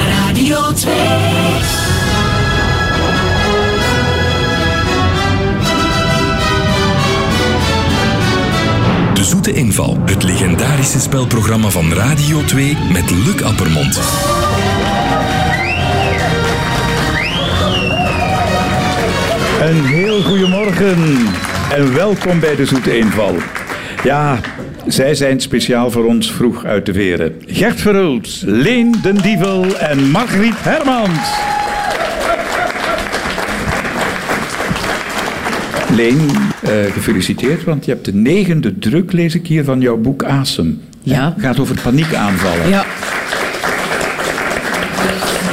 Radio 2. De Zoete Inval, het legendarische spelprogramma van Radio 2 met Luc Appermond. Een heel goedemorgen en welkom bij de Zoete Inval. Ja, zij zijn speciaal voor ons vroeg uit de veren. Gert Verhult, Leen den Dievel en Margriet Hermans. Leen, eh, gefeliciteerd, want je hebt de negende druk, lees ik hier, van jouw boek Asem. Ja. Het gaat over paniekaanvallen. Ja.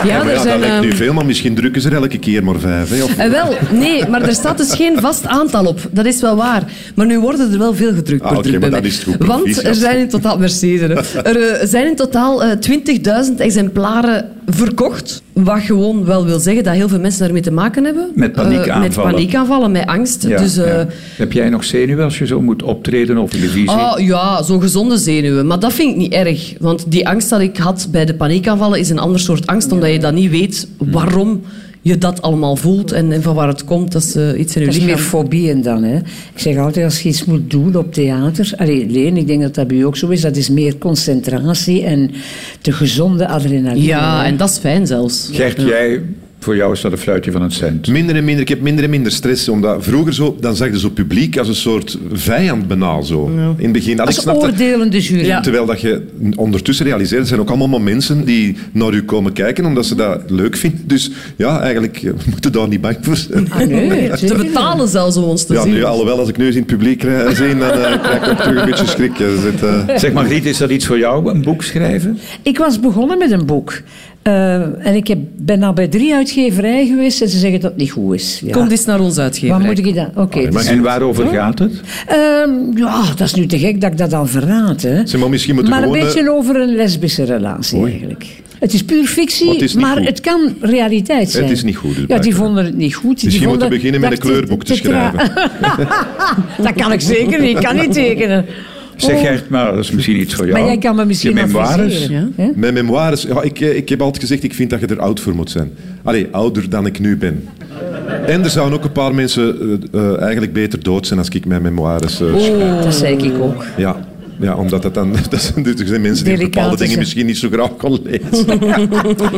Ja, er ja, dat zijn... lijkt nu ehm, veel, maar misschien drukken ze er elke keer maar vijf. Hè, of... eh, wel, nee, maar er staat dus geen vast aantal op. Dat is wel waar. Maar nu worden er wel veel gedrukt. Ah, per oké, druk maar bij dat mij. is goed. Want er Proficiat. zijn in totaal... Merci, hè. Er eh, zijn in totaal eh, 20.000 exemplaren verkocht. Wat gewoon wel wil zeggen dat heel veel mensen daarmee te maken hebben. Met Eh, met paniekaanvallen. paniekaanvallen, met angst. Ja, dus... eh, ja. Heb jij nog zenuwen als je zo moet optreden of televisie? Ah, ja, zo'n gezonde zenuwen. Maar dat vind ik niet erg. Want die angst dat ik had bij de paniekaanvallen is een ander soort angst. Omdat je dan niet weet Hmm. waarom je dat allemaal voelt en, en van waar het komt. Dat is eh, iets in je Dat is meer lichaam. fobieën dan. Hè. Ik zeg altijd, als je iets moet doen op theater... Allee, Leen, ik denk dat dat bij u ook zo is. Dat is meer concentratie en de gezonde adrenaline. Ja, hè. en dat is fijn zelfs. Gert, jij, voor jou is dat een fluitje van een cent. Minder en minder, ik heb minder en minder stress. Omdat vroeger zo, dan zag je zo publiek als een soort vijand banaal zo. In het begin. Dat ik Als snap dat- oordelende jury. Terwijl dat je ondertussen realiseert, er zijn ook allemaal mensen die naar u komen kijken omdat ze dat leuk vinden. Dus ja, eigenlijk eh, we moeten daar niet bang voor zijn. Ah, nee, Te zeker niet. betalen zelfs om ons te Ja, zien. nu, alhoewel, als ik nu eens in het publiek krijg- zie, dan eh, krijg ik ook terug een beetje schrik. hè. Er zit, eh, Zeg maar, Griet, is dat iets voor jou, een boek schrijven? Ik was begonnen met een boek. Eh, en ik heb, ben al bij drie uitgeverijen geweest en ze zeggen dat het niet goed is. Ja. Kom eens naar ons uitgeven. Waar moet ik dat? Oké. Oh, dus- En waarover gaat het? Ehm, ja, dat is nu te gek dat ik dat al verraad. Hè. Zeg, maar misschien moeten we Maar een gewoon, eh, beetje over een lesbische relatie eigenlijk. Het is puur fictie, Maar maar het is het, niet goed. kan realiteit zijn. is niet goed, dus ja, die blijkbaar. vonden het niet goed. Die Misschien vonden moeten we beginnen met dat een ik kleurboek te tra- dat kan ik zeker niet. Ik kan niet tekenen. Zeg Oh. Gert, maar dat is misschien iets voor jou. Maar jij kan me misschien Je memoires. adviseren, hè? Mijn memoires, ja, ik, eh, ik heb altijd gezegd, ik vind dat je er oud voor moet zijn. Allee, ouder dan ik nu ben. En er zouden ook een paar mensen eh, eh, eigenlijk beter dood zijn als ik mijn memoires... eh, Dat zei ik ook. ja, ja, omdat dat dan... Dat zijn, dus- er zijn mensen die Delicate bepaalde dingen zijn. misschien niet zo graag kon lezen.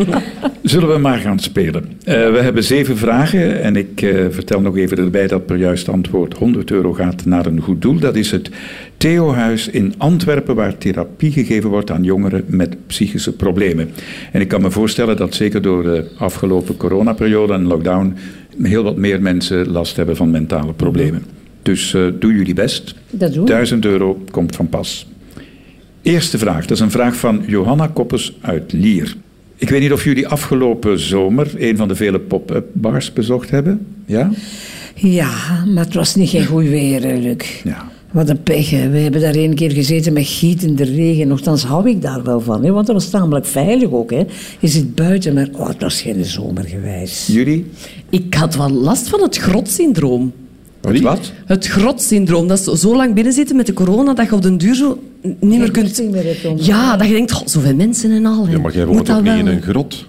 Zullen we maar gaan spelen? Eh, we hebben zeven vragen en ik eh, vertel nog even erbij dat per juist antwoord 100 euro gaat naar een goed doel. Dat is het Theohuis in Antwerpen waar therapie gegeven wordt aan jongeren met psychische problemen. En ik kan me voorstellen dat zeker door de afgelopen coronaperiode en lockdown heel wat meer mensen last hebben van mentale problemen. Dus eh, doe jullie best. Dat doen we. 1000 euro komt van pas. Eerste vraag, dat is een vraag van Johanna Koppes uit Lier. Ik weet niet of jullie afgelopen zomer een van de vele pop-up bars bezocht hebben. Ja? Ja, maar het was niet geen goed weer, hè, Luc. Ja. Wat een pech, hè. We hebben daar één keer gezeten met gietende regen. Nochtans hou ik daar wel van, hè. Want dat was tamelijk veilig ook, hè. Je zit buiten, maar oh, het was geen zomergewijs. Jullie? Ik had wel last van het grotsyndroom. Wat? Wat? Het grotsyndroom, dat is zo lang binnenzitten met de corona dat je op den duur zo n- niet meer kunt... goesting meer hebt om- Ja, dat je denkt, "Goh, zoveel mensen en al. hè. Ja, maar jij Moet woont dat ook niet wel?" in een grot.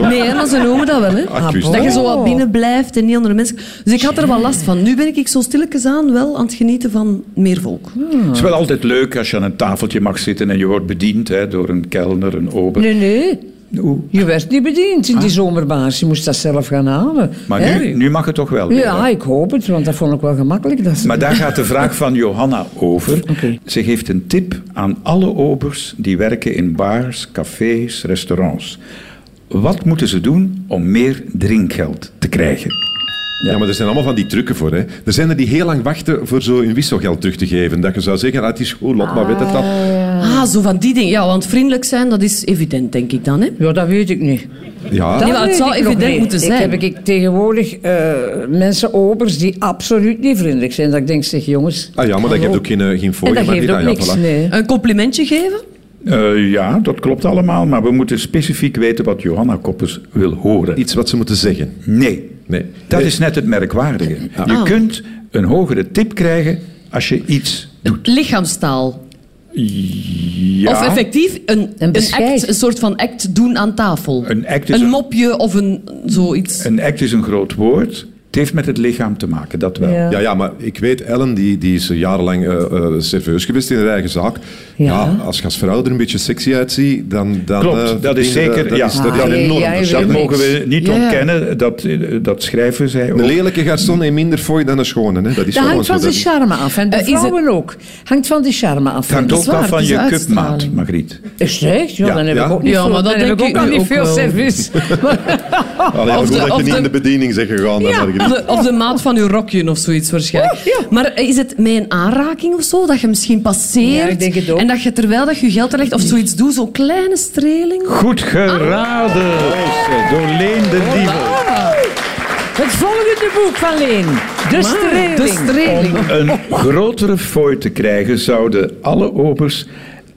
Nee, hè, maar ze noemen dat wel. Hè. Ah, ik wist dat je het. zo wat binnen blijft en niet onder de mensen... Dus ik had er wel last van. Nu ben ik zo stilletjes aan wel aan het genieten van meer volk. Het is wel altijd leuk als je aan een tafeltje mag zitten en je wordt bediend hè, door een kelner, een ober. Nee, nee. Oeh. Je werd niet bediend in die zomerbaars. Je moest dat zelf gaan halen. Ah. Maar hè. nu, nu mag het toch wel. weer, Ja, hè? ik hoop het, want dat vond ik wel gemakkelijk. Dat ze- Maar daar gaat de vraag van Johanna over. Oké. Ze geeft een tip aan alle obers die werken in bars, cafés, restaurants. Wat moeten ze doen om meer drinkgeld te krijgen? Ja, maar er zijn allemaal van die trucken voor. Hè. Er zijn er die heel lang wachten voor zo hun wisselgeld terug te geven. Dat je zou zeggen, ah, het is goed, lot maar weet het dan. Ah, zo van die dingen. Ja, want vriendelijk zijn, dat is evident, denk ik dan. Hè. Ja, dat weet ik niet. Ja, Nee, maar het weet zou ik nog evident niet. moeten Ik zijn. heb ik tegenwoordig eh, mensen, obers, die absoluut niet vriendelijk zijn. Dat ik denk, zeg jongens... ah, ja maar dat geeft ook geen, eh, geen En fooi. dat maar geeft die- ook ah, ja, niks, voilà. nee. Een complimentje geven? Eh, ja, dat klopt allemaal, maar we moeten specifiek weten wat Johanna Koppers wil horen. Iets wat ze moeten zeggen. Nee, Nee. dat Nee. is net het merkwaardige. Ah. Je kunt een hogere tip krijgen als je iets Lichaamstaal. Ja. Of effectief een, een, bescheid. act, een soort van act doen aan tafel. Een act is een- mopje of een zoiets. Een act is een groot woord. Het heeft met het lichaam te maken, dat wel. Ja. Ja, ja, maar ik weet, Ellen die, die is jarenlang eh eh, serveus geweest in haar eigen zaak. Ja. Ja. als je als vrouw er een beetje sexy uitziet, dan... dan Klopt, eh, dat is verdien je- zeker- Dat, ja. is, dat is Ah, een nee, enorm jij verschil. Dat weet mogen niks. we niet Ja. ontkennen, dat, eh, dat schrijven zij Een ook. lelijke garçon heeft minder fooi dan een schone. Hè? Dat Dat is gewoon hangt zo. van de dat- charme af. En de Eh, is het- vrouwen ook. Hangt van de charme af. Het hangt Dat is ook wel waar, van het is je uitstraling. cupmaat, Margriet. Is het echt? Ja, Ja, dan heb ja. ik ook niet Ja, veel, maar dat dan heb denk ik ik ook al nu niet ook veel wel. service. Allee, Of goed de- dat je of niet de- in de bediening bent gegaan. hè, Margriet. Of de, of de maat van uw rokje of zoiets waarschijnlijk. Oh, Maar is het met een aanraking of zo? Dat je misschien passeert Ja, ik denk het ook. en dat je terwijl dat je geld legt of zoiets doet, zo'n kleine streling. Goed geraden, door Leen de Dievel. Het volgende boek van Leen. De streeling. De streling. Een grotere fooi te krijgen zouden alle obers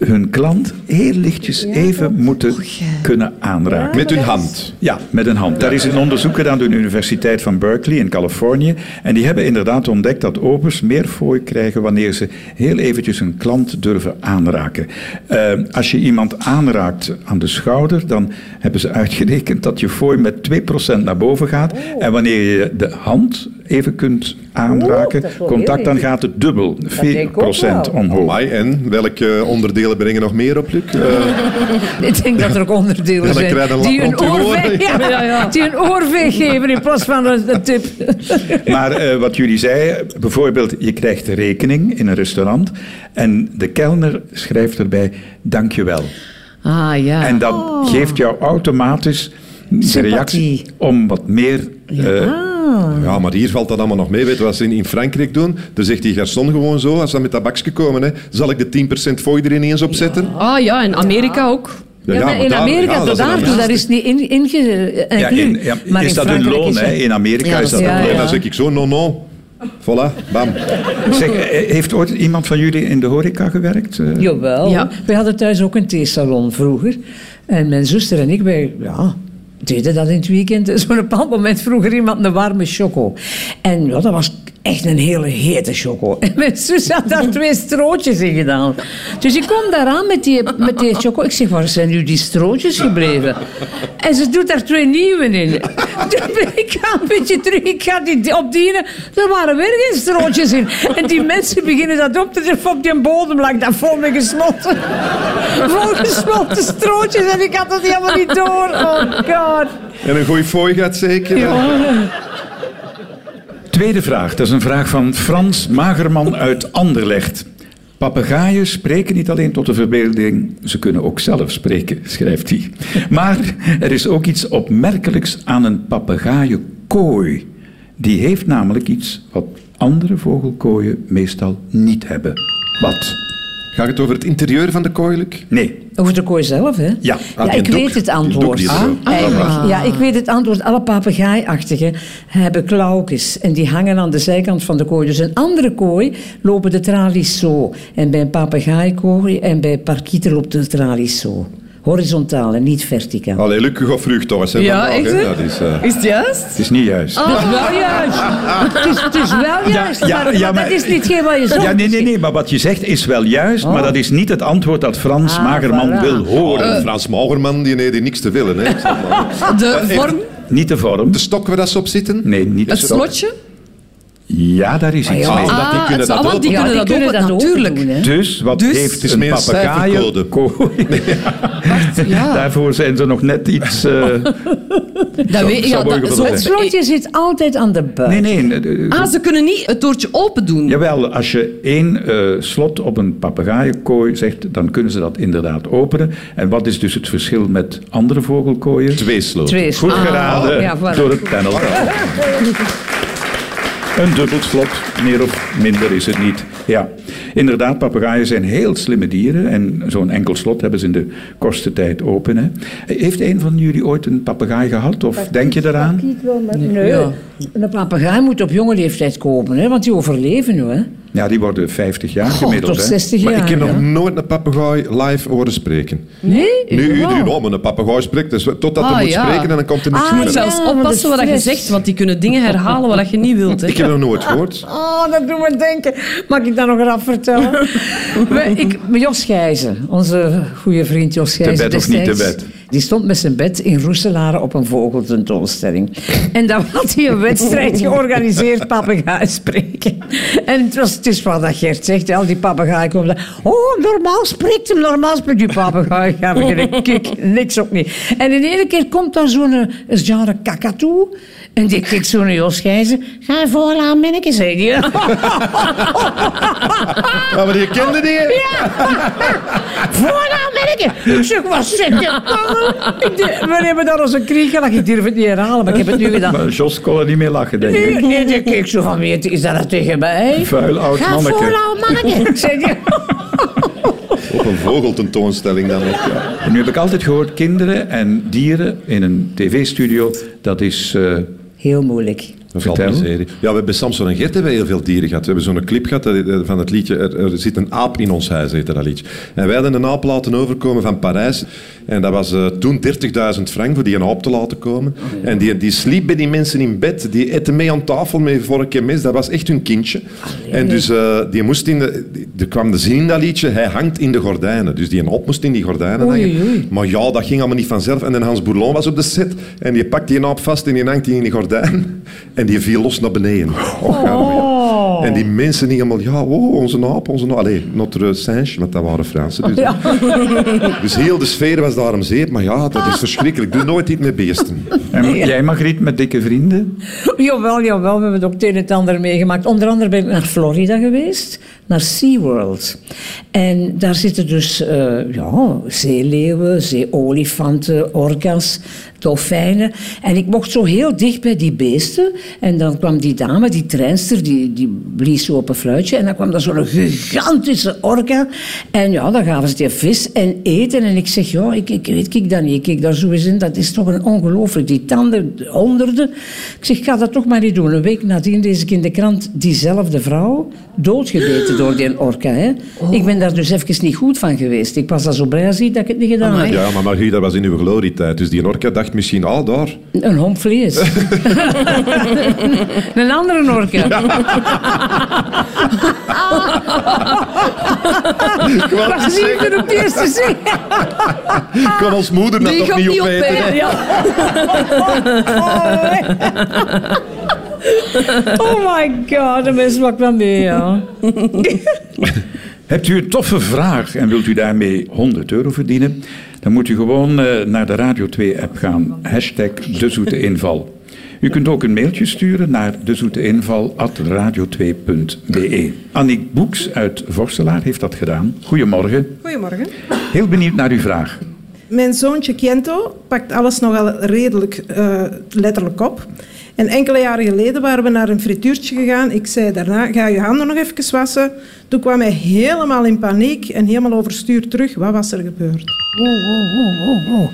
hun klant heel lichtjes even moeten kunnen aanraken. Met hun hand. Ja, met een hand. Daar is een onderzoek gedaan door de Universiteit van Berkeley in Californië. En die hebben inderdaad ontdekt dat obers meer fooi krijgen wanneer ze heel eventjes een klant durven aanraken. Eh, als je iemand aanraakt aan de schouder, dan hebben ze uitgerekend dat je fooi met 2% naar boven gaat. En wanneer je de hand even kunt aanraken, Oeh, dat is wel contact, heel dan eventjes. gaat het dubbel, 4% denk ik ook wel. omhoog. Amai, en welke onderdelen brengen nog meer op, Luc? Eh, Oh, Ik denk dat er ook onderdelen Ja, dan krijg je zijn een die lap een, op je oren. oorveeg, ja, die een oorveeg geven in plaats van een, een tip. Maar eh, wat jullie zeiden, bijvoorbeeld, je krijgt de rekening in een restaurant en de kelner schrijft erbij dankjewel. Ah ja. En dat geeft jou automatisch de Oh. Sympathie. ah, reactie om wat meer. eh, Ja, maar hier valt dat allemaal nog mee. Weet je wat ze in, in Frankrijk doen? Daar zegt die garçon gewoon zo, als ze met dat bakje komen, hè, zal ik de 10% fooi er ineens op zetten? Ah ja, in Amerika ook. Ja, Ja, ja, maar maar in daar- Amerika, ja, dat tot is daar een toe, daar is niet in, inge, eh, ja, inclu. in, ja, maar is in dat hun Frankrijk loon? is hè? dat- In Amerika Ja, is dat dat- een ja, loon. En ja. dan zeg ik zo, no, no. Voilà, bam. Zeg, eh, heeft ooit iemand van jullie in de horeca gewerkt? Eh, Jawel. Ja. We hadden thuis ook een theesalon vroeger. En mijn zuster en ik, wij ja, deden dat in het weekend. Dus op een bepaald moment vroeger iemand een warme choco. En ja, dat was echt een hele hete choco. En mijn zus had daar twee strootjes in gedaan. Dus ik kom daaraan met die, met die choco. Ik zeg, waar zijn nu die strootjes gebleven? En ze doet daar twee nieuwe in. Toen ben ik ga een beetje terug, ik ga die opdienen. Er waren weer geen strootjes in. En die mensen beginnen dat op te treffen op die bodem. Lag dat vol met gesmolten, vol gesmolten strootjes. En ik had dat helemaal niet door. Oh god. En een goeie fooi gaat zeker. Tweede vraag, dat is een vraag van Frans Magerman uit Anderlecht. Papegaaien spreken niet alleen tot de verbeelding, ze kunnen ook zelf spreken, schrijft hij. Maar er is ook iets opmerkelijks aan een papegaaienkooi. Die heeft namelijk iets wat andere vogelkooien meestal niet hebben. Wat? Gaat het over het interieur van de kooi, Luc? Nee. Over de kooi zelf, hè? Ja, ah, ja die ik doek. weet het Die doek antwoord. die er zo- Ah, eigenlijk. ah. Ja, ik weet het antwoord. Alle papegaaiachtigen hebben klauwjes en die hangen aan de zijkant van de kooi. Dus een andere kooi lopen de tralies zo. En bij een papegaaikooi en bij parkieten loopt de tralies zo. Horizontaal en niet verticaal. Allee, Luc, je gaat vroeg toch eens. hè, Ja, vandaag, echt? hè? hè? Dat is... eh, Is het juist? het is niet juist. Dat is wel juist. Het is, het is wel Oh, juist, ja, maar, ja, maar maar- dat is niet geen wat je zegt. Ja, nee, nee, nee, maar wat je zegt is wel juist, maar dat is niet het antwoord dat Frans Ah, Magerman voilà. wil Oh, horen. en Frans Maugerman, die heeft hier niks te willen. Hè? Ik zeg maar. Ah. De vorm, Oh. Niet de vorm. De stok waar dat ze op zitten? Nee, niet de het vorm. slotje. Ja, daar is iets ja. mee. Ah, die kunnen het- dat ah, want die open- kunnen Ja, dat die kunnen open, dat open natuurlijk. doen, hè. Dus wat Dus- heeft is een meer een papegaaien? ja. Daarvoor zijn ze nog net iets. eh, Ah. Dat weet zou ik. Ja, mogen dat, gezond zo- Het slotje zit altijd aan de buik. nee, nee. eh, eh, Ah, ze kunnen niet het toortje open doen. Jawel, als je één eh, slot op een papegaaienkooi zegt, dan kunnen ze dat inderdaad openen. En wat is dus het verschil met andere vogelkooien? Twee sloten. Twee is- Goed geraden Ah, ja, voilà. door het panel. Een dubbel slot, meer of minder is het niet. Ja, inderdaad, papegaaien zijn heel slimme dieren. En zo'n enkel slot hebben ze in de kortste tijd open. Hè. Heeft een van jullie ooit een papegaai gehad? Of denk je daaraan? Nee. Een papegaai moet op jonge leeftijd kopen, hè, want die overleven nu. Hè. Ja, die worden 50 jaar Goh, gemiddeld. tot hè. 60 Maar jaar. ik heb nog ja. nooit een papegaai live horen spreken. Nee? Nu Jawel. iedereen om een papegaai spreekt, dus totdat Ah, hij moet ja. spreken en dan komt er niks Ah, Je meer. moet ja. zelfs want de oppassen wat je stress. zegt, want die kunnen dingen herhalen wat je niet wilt. Hè. Ik heb nog nooit gehoord. Oh, dat doet me denken. Mag ik dat nog rap vertellen? We- ik, Jos Gijzen, onze goede vriend Jos Gijzen. bed of niet te destijds, bed? Die stond met zijn bed in Roeselare op een vogeltentoonstelling. En dan had hij een wedstrijd georganiseerd, papegaai spreken. En het, was, het is wat dat Gert zegt, al die papegaaien komen daar. Oh, normaal spreekt hem, normaal spreekt die papegaai. Ga beginnen kik, niks ook niet. En in ene keer komt dan zo'n eh, een genre kakatoe. En die kijkt zo'n Jos Gijzen. Ga vooraan, minneke, zei die. Ja, maar je kende die? Voornaam werken. Ik zeg, wat zit je? nou? Ik dacht, We hebben daar onze krieg gelachen. Ik durf het niet herhalen, maar ik heb het nu gedaan. Maar Jos kon er niet meer lachen, denk ik. Nee, nee, die keek zo van, weet je, is dat dat tegen mij? Vuil oud Ga manneke. voornaam manneke. Ik zeg, ja. Op een vogeltentoonstelling dan ook. Ja. En nu heb ik altijd gehoord, kinderen en dieren in een tv-studio, dat is... eh, Heel moeilijk. Dat valt Vertel. miserie. Ja, we hebben Samson en Gert hebben heel veel dieren gehad. We hebben zo'n clip gehad dat- eh, van het liedje er, er zit een aap in ons huis, heette dat liedje. En wij hadden een aap laten overkomen van Parijs. En dat was eh, toen 30.000 frank voor die een aap te laten komen. En die, die sliep bij die mensen in bed. Die eten mee aan tafel met vork en mes. Dat was echt hun kindje. En dus eh, die moest in de... die- Er kwam de zin in dat liedje, hij hangt in de gordijnen. Dus die een aap moest in die gordijnen Oei, hangen. oei. Maar ja, dat ging allemaal niet vanzelf. En dan Hans Bourlon was op de set. En die pakt die naap vast en die hangt die in die gordijn. En die viel los naar beneden. Och, arme. En die mensen niet allemaal... Ja, wow, onze naap, onze naap. Allee, notre singe, want dat waren Fransen. Dus, dus heel de sfeer was daarom zeep. Maar ja, dat is verschrikkelijk. Doe nooit iets met beesten. en jij, Margriet, met dikke vrienden? Jawel, jawel, we hebben het ook het een en het ander meegemaakt. Onder andere ben ik naar Florida geweest, naar SeaWorld. En daar zitten dus eh, ja, zeeleeuwen, zeeolifanten, orka's, dolfijnen. En ik mocht zo heel dicht bij die beesten. En dan kwam die dame, die treinster, die, die blies zo op een fluitje. En dan kwam daar zo'n gigantische orka. En ja, dan gaven ze die vis en eten. En ik zeg, ja, ik, ik weet ik dat niet. Ik kijk daar zo eens in, dat is toch een ongelooflijk. Die tanden, honderden. Ik zeg, ga dat toch maar niet doen. Een week nadien lees ik in de krant diezelfde vrouw doodgebeten door die orka. Hè. Ik ben daar dus even niet goed van geweest. Ik was daar zo blij als ik dat ik het niet gedaan heb. Ja, maar Margie, dat was in uw glorietijd. Dus die orka dacht misschien... Ah, daar. Een homp vlees. een andere orka. Ik wou Ik het was niet zeggen. voor op het eerste zien. Ik kon ons moeder dat Die nog gaat niet niet opeten. opeten. Ja. Oh my god, de mensen wat wel mee, ja. Hebt u een toffe vraag en wilt u daarmee 100 euro verdienen? Dan moet u gewoon eh, naar de Radio 2-app gaan. Hashtag De Zoete Inval. U kunt ook een mailtje sturen naar dezoeteinval.radio2.be. Annick Boeks uit Vorselaar heeft dat gedaan. Goedemorgen. Goedemorgen. Heel benieuwd naar uw vraag. Mijn zoontje Kiento pakt alles nogal redelijk eh, letterlijk op. En enkele jaren geleden waren we naar een frituurtje gegaan. Ik zei daarna, ga je handen nog even wassen. Toen kwam hij helemaal in paniek en helemaal overstuur terug. Wat was er gebeurd?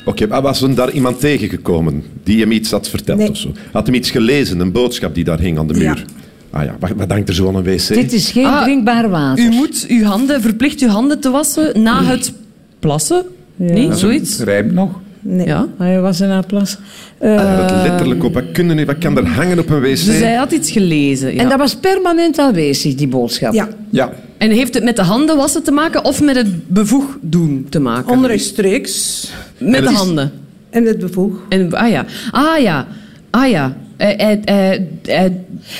Oké, maar was hem daar iemand tegengekomen die hem iets had verteld Nee. of zo? Had hem iets gelezen, een boodschap die daar hing aan de muur? Ja. Ah ja, wat, wat hangt er zo aan een wc? Dit is geen Ah. drinkbaar water. U moet uw handen, verplicht uw handen te wassen na het plassen. Nee, zoiets. Rijmt nog? Nee. Ja. Hij was in haar plas. Eh, Ah, dat letterlijk op. Wat, kunnen, wat kan er hangen op een wc? Dus hij had iets gelezen. Ja. En En, dat was permanent aanwezig, die boodschap. Ja, Ja. heeft het met de handen wassen te maken of met het bevoeg doen te Oh. maken? onrechtstreeks. Met de is- handen. En het bevoeg. En, ah ja. Ah ja. Ah ja. Eh, eh, eh, eh,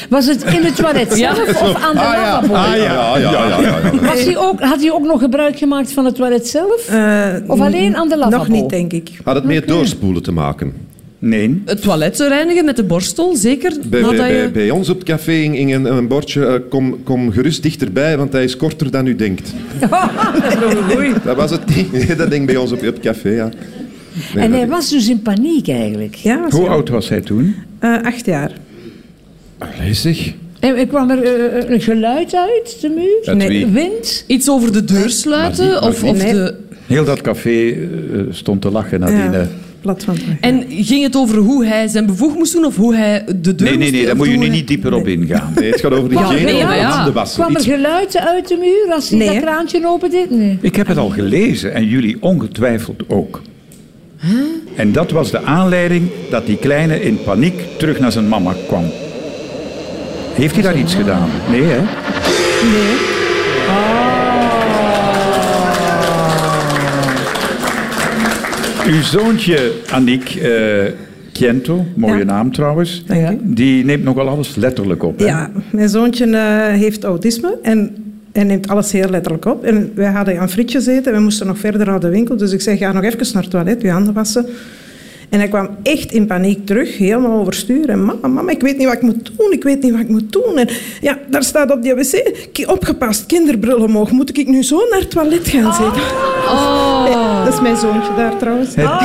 Was het in het toilet Ja. zelf of aan de lavabo? Ah ja, ja, ja. ja, ja, ja. Was hij ook, had hij ook nog gebruik gemaakt van het toilet zelf? Eh, Of alleen aan de lavabo? Nog niet, denk ik. Had het meer doorspoelen te maken? Nee. het toilet te reinigen met de borstel, zeker? Bij, Nou, bij, nadat je- bij, bij ons op het café hing hing een, een bordje, eh, kom, kom gerust dichterbij, want hij is korter dan u denkt. Dat is nog een goeie. Dat was het niet. Dat ding bij ons op, op het café, ja. Nee, En dat- hij was dus in paniek eigenlijk. Ja, Hoe oud was hij toen? eh, acht jaar. Allee, zeg. En er kwam er eh, een geluid uit, de muur? Uit wie? Wind? Iets over de deur sluiten? Maar die- maar of of die- de... Heel dat café eh, stond te lachen, Nadine. Plat van het Brugge. En ging het over hoe hij zijn bevoeg moest doen of hoe hij de deur Nee, nee, moest- nee, daar of moet je hoe nu hij- niet dieper op ingaan. Nee, het gaat over de Ja, hygiëne nee, van maar ja. de was. Kwam er Iets- geluiden uit de muur als hij Nee, dat hè? kraantje opende? Nee. Ik heb het al gelezen en jullie ongetwijfeld ook. En dat was de aanleiding dat die kleine in paniek terug naar zijn mama kwam. Heeft hij daar iets gedaan? Nee, hè? Ah. Nee. Uw zoontje, Aniek eh Kiento, mooie Ja. naam trouwens, Dank u. die neemt nogal alles letterlijk op. Hè? Ja, mijn zoontje eh, heeft autisme en hij neemt alles heel letterlijk op. En wij hadden aan frietje zitten, we moesten nog verder naar de winkel. Dus ik zei, ga nog even naar het toilet, je handen wassen. En hij kwam echt in paniek terug, helemaal overstuur. En mama, mama, ik weet niet wat ik moet doen, ik weet niet wat ik moet doen. En ja, daar staat op die wc, "Ki- opgepast, kinderbril omhoog. Moet ik nu zo naar het toilet gaan zitten? Ja, dat is mijn zoontje daar trouwens. Eh,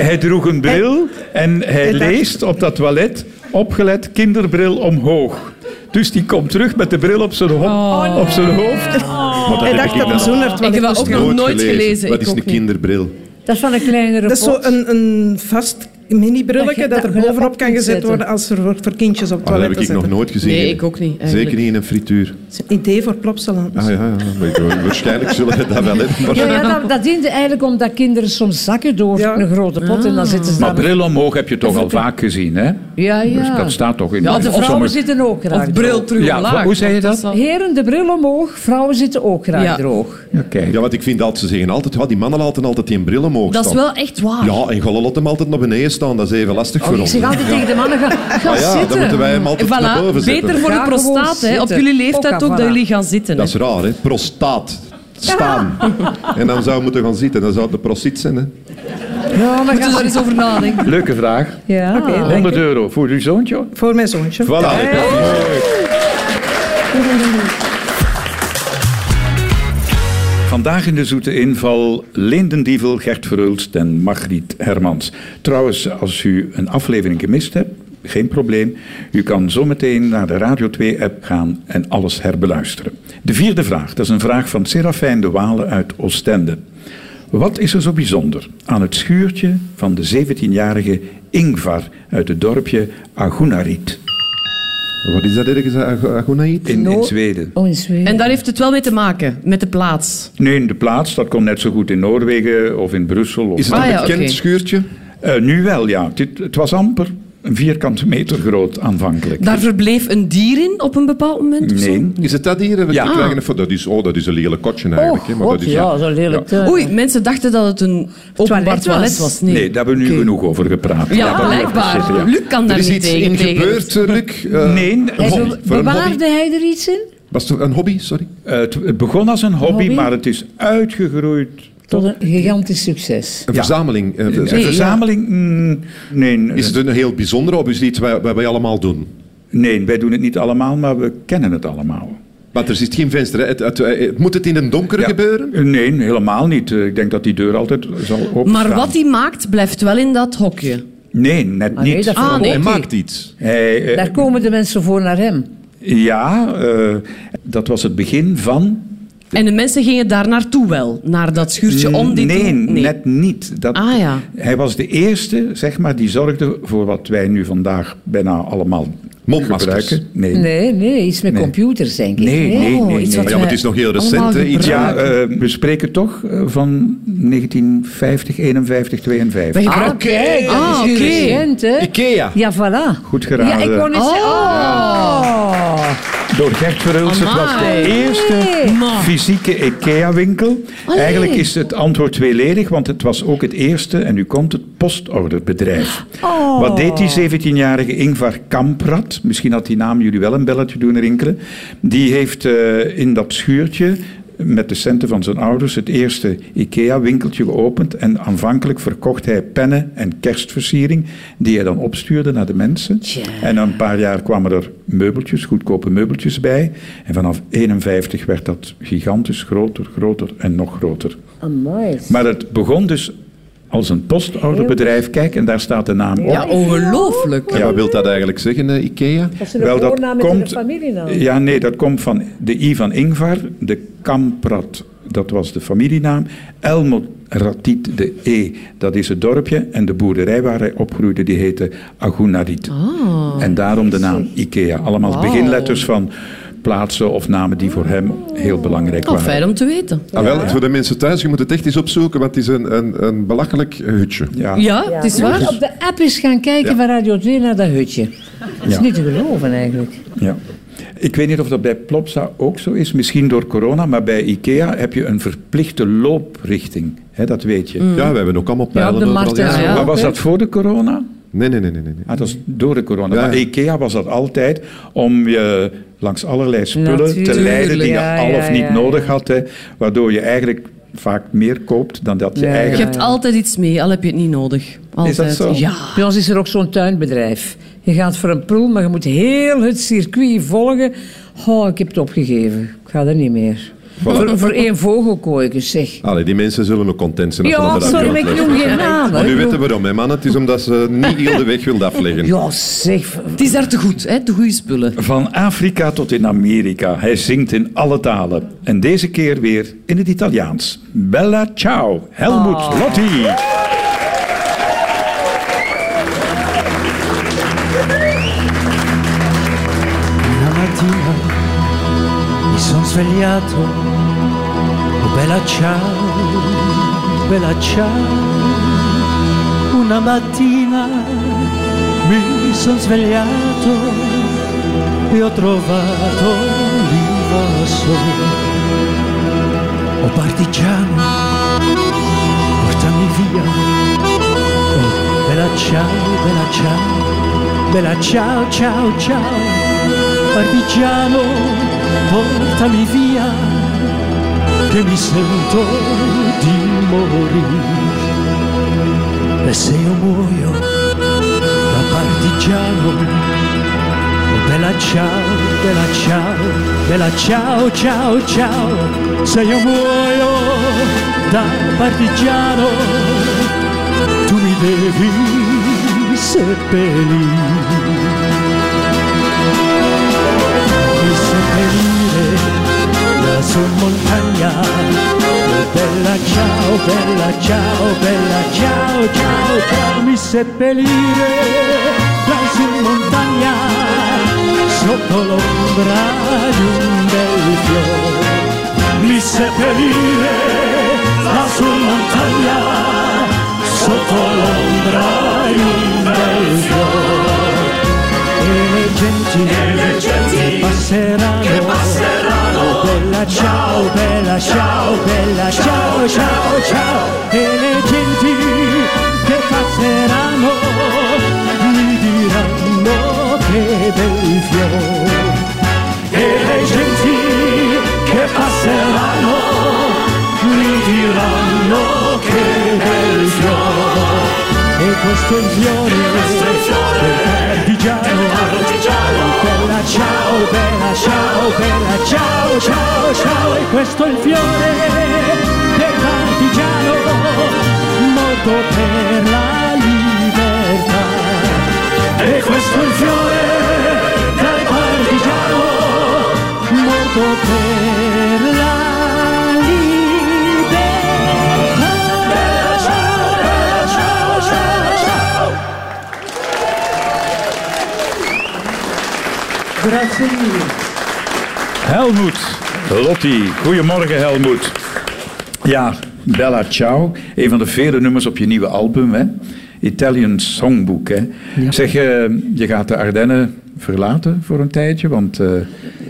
Hij droeg een bril en hij leest op dat toilet opgelet kinderbril omhoog. Dus die komt terug met de bril op zijn, ho- Oh, op zijn hoofd. Maar dat Hij heb dacht ik dat hij zo naar het Ik toilet heb dat moest ook gaan. nog nooit gelezen. Wat Ik is ook een niet. kinderbril? Dat is van een kleinere Dat is zo pot. een, een vast Dat mini-brilletje je- dat, dat er je dat bovenop op kan kunt gezet zetten. worden als er wordt voor kindjes op Ah, dat heb toilet ik nog nooit gezien. Nee, ik ook niet, eigenlijk. Zeker niet in een frituur. Dat is een idee voor plopsaland. Ah ja, ja, maar ik- waarschijnlijk zullen we dat wel hebben. maar- Ja, ja, dat, dat diende eigenlijk omdat kinderen soms zakken door Ja. een grote pot en dan zitten ze Maar daar... bril omhoog heb je toch al vaak gezien, hè? Ja, Dus ja. dat staat toch in Ja, de op sommige- vrouwen zitten ook graag Of bril terug Ja, omlaag. hoe zei je dat? is wel- Heren, de bril omhoog. Vrouwen zitten ook graag Ja. droog. Ja, kijk. Ja, want ik vind altijd, ze zeggen altijd, ja, die mannen laten altijd die bril omhoog Dat is staan. wel echt waar. Oh, Ja, en gaan laten hem altijd naar beneden staan, dat is even lastig voor Oh, Ik ons. zeg altijd tegen de mannen, ga, ga Ah ja, dan zitten. moeten wij hem En altijd naar voilà, boven zetten. beter voor de Ga gewoon prostaat. Hè. Op zitten. jullie leeftijd Pokka, ook dat voilà. jullie gaan zitten. Dat hè. is raar, hè? Prostaat. Staan. En dan zou je moeten gaan zitten. Dan zou het een prostiet zijn, hè? Ja, maar Moeten we ga... daar eens over nadenken. Leuke vraag. Ja. 100 euro voor uw zoontje. Voor mijn zoontje. Voilà. Vandaag in de Zoete Inval Lindendievel, Gert Verhulst en Margriet Hermans. Trouwens, als u een aflevering gemist hebt, geen probleem. U kan zometeen naar de Radio 2-app gaan en alles herbeluisteren. De vierde vraag, dat is een vraag van Serafijn de Walen uit Oostende. Wat is er zo bijzonder aan het schuurtje van de 17-jarige Ingvar uit het dorpje Agunarit Wat is dat ergens? Ag- Agonaïd? in, No- in Zweden? Oh, in Zweden. En daar heeft het wel mee te maken, met de plaats. Nee, in de plaats. Dat komt net zo goed in Noorwegen of in Brussel. Of... Is het Ah, een ja, bekend oké. schuurtje? Eh, nu wel, ja. Dit, het was amper een vierkante meter groot aanvankelijk. Daar verbleef een dier in op een bepaald moment of zo? Nee. Is het dat hier? We Ja. krijgen een foto. Dat is, oh, dat is een lelijk kotje Oh, eigenlijk. hè, maar God, dat is, ja, zo'n lelijk... eh, Oei, mensen dachten dat het een openbaar Toilet was. toilet was. Nee, Nee, daar hebben we nu Oké. genoeg over gepraat. Ja, Daar hebben we over blijkbaar. gezeten, ja. Luc kan daar Er is niet iets tegen. in tegen. gebeurd, eh, Luc. Eh, Nee, hij een be- hobby. voor een hobby. bewaarde hij er iets in? Was het een hobby? Sorry. Eh, het- het begon als een hobby, Hobby? maar het is uitgegroeid. Tot een gigantisch succes. Een Ja. verzameling. eh, Een ver- verzameling? Mm, nee, Is het een heel bijzonder hobby? Is het iets wat wat wij allemaal doen? nee, wij doen het niet allemaal, maar we kennen het allemaal. Want er zit geen venster. Hè? Het, het- het- moet het in een donkere Ja. Eh, gebeuren? Nee, helemaal niet. Eh, Ik denk dat die deur altijd zal openstaan. Maar wat hij maakt, blijft wel in dat hokje. Nee, net nee, niet. dat- Ah, nee. Hij oké. maakt iets. Hij, eh, Daar komen de mensen voor naar hem. Ja, eh, dat was het begin van. En de mensen gingen daar naartoe wel, naar dat schuurtje Dus om dit nee, doen? net niet. Dat, Ah, ja. Hij was de eerste, zeg maar, die zorgde voor wat wij nu vandaag bijna allemaal Mondmaskers. gebruiken. Nee. Nee, nee, iets met Nee. computers, denk ik. Oh, Nee, nee, nee, iets nee. wat Maar ja, maar het is nog heel recent. allemaal hè, Iets Ja, eh, we spreken toch eh, van 1950, 51, 52. Wij Ah, gebruiken- oké. dat Ah, is oké. hier. Recent, hè? Ikea. Ja, voilà. Goed Ja, geraden. ik kon het Oh. zeggen. Oh. Door Gert Verhulst. Het was de Amai. eerste Ma. fysieke IKEA-winkel. Allee. Eigenlijk is het antwoord tweeledig, want het was ook het eerste, en nu komt het, postorderbedrijf. Oh. Wat deed die 17-jarige Ingvar Kamprad? Misschien had die naam jullie wel een belletje doen rinkelen. Die heeft eh, in dat schuurtje met de centen van zijn ouders het eerste IKEA-winkeltje geopend. En aanvankelijk verkocht hij pennen en kerstversiering, die hij dan opstuurde naar de mensen. En na een paar jaar kwamen er meubeltjes, goedkope meubeltjes bij. En vanaf 51 werd dat gigantisch groter, groter en nog groter. Amai. Maar het begon dus als een postouderbedrijf. Kijk, en daar staat de naam op. Ja, ongelooflijk. En wat wil dat eigenlijk zeggen, eh, Ikea? Dat ze Wel, een dat voornaam met komt- hun familienaam. Ja, nee, dat komt van de I van Ingvar, de Kamprat, dat was de familienaam. Elmo, Ratit de E. Dat is het dorpje en de boerderij waar hij opgroeide, die heette Agunarit. En daarom de naam IKEA. Allemaal Oh. Wauw. beginletters van plaatsen of namen die voor hem heel belangrijk Oh, waren. fijn om te weten. Ah, wel, Voor de mensen thuis, je moet het echt eens opzoeken, want het is een, een, een belachelijk eh, hutje. Ja. Ja, het is Moet Dus- waar. je op de app eens gaan kijken Ja. van Radio 2 naar dat hutje. Dat is Ja. niet te geloven eigenlijk. Ja. Ik weet niet of dat bij Plopsa ook zo is, misschien door corona, maar bij IKEA heb je een verplichte looprichting. Hè, dat weet Mm. je. Ja, we hebben ook allemaal Ja, pijlen op de overal. markt. Ja. ja. maar was Ah, oké. dat voor de corona? Nee, nee, nee, nee. nee. Ah, dat is door de corona. Ja. Maar IKEA was dat altijd om je langs allerlei spullen te Natuurlijk, leiden die je ja, al of ja, niet ja, nodig ja. had. Hè, waardoor je eigenlijk vaak meer koopt dan dat je Ja, ja. Je eigenlijk... hebt altijd iets mee, al heb je het niet nodig. Altijd. zo? Ja. Bij ons is er ook zo'n tuinbedrijf. Je gaat voor een proel, maar je moet heel het circuit volgen. Oh, ik heb het opgegeven. Ik ga er niet meer. Voor, voor één vogelkooiken, zeg. Allee, die mensen zullen ook content zijn. als ze Ja, dat bij radio sorry, maar ik luisteren. noem geen namen. Maar nu Ik weten we noem- waarom, hè, man. Het is omdat ze niet heel de weg wilde afleggen. Ja, zeg. Het is daar te goed, hè? de goede spullen. Van Afrika tot in Amerika. Hij zingt in alle talen. En deze keer weer in het Italiaans. Bella ciao, Helmut Oh. Lotti. Una mattina mi sono svegliato, oh bella ciao, bella ciao. Una mattina mi sono svegliato e ho trovato l'invaso. Oh partigiano, portami via. Oh bella ciao, bella ciao, bella ciao, ciao, ciao partigiano, portami via, che mi sento di morire. E se io muoio da partigiano, oh, bella ciao, bella ciao, bella ciao, ciao, ciao, se io muoio da partigiano, tu mi devi seppellire. Mi seppellire la sua montagna. Oh, Bella ciao, bella ciao, bella ciao, ciao, ciao, mi seppellire la sua montagna sotto l'ombra di un bel fiore. Mi seppellire la sua montagna sotto l'ombra di un bel fiore. E le genti, che passeranno, Oh, bella ciao, bella ciao, bella ciao, ciao, ciao, e le genti che passeranno, mi diranno che bei fiori, e le genti che passeranno, mi diranno che bei fiori. E questo è il fiore, del partigiano, bella ciao, bella ciao, bella ciao, ciao, ciao, e questo è il fiore del partigiano, morto per la libertà. E questo è il fiore del partigiano, morto per la libertà. Bella ciao, bella ciao, ciao, ciao. Grazie mille. Helmoet Lotti. Goedemorgen, Helmoet. Ja, Bella Ciao. Een van de vele nummers op je nieuwe album, hè? Italian Songbook, hè? Zeg, eh, je gaat de Ardennen verlaten voor een tijdje, want... eh,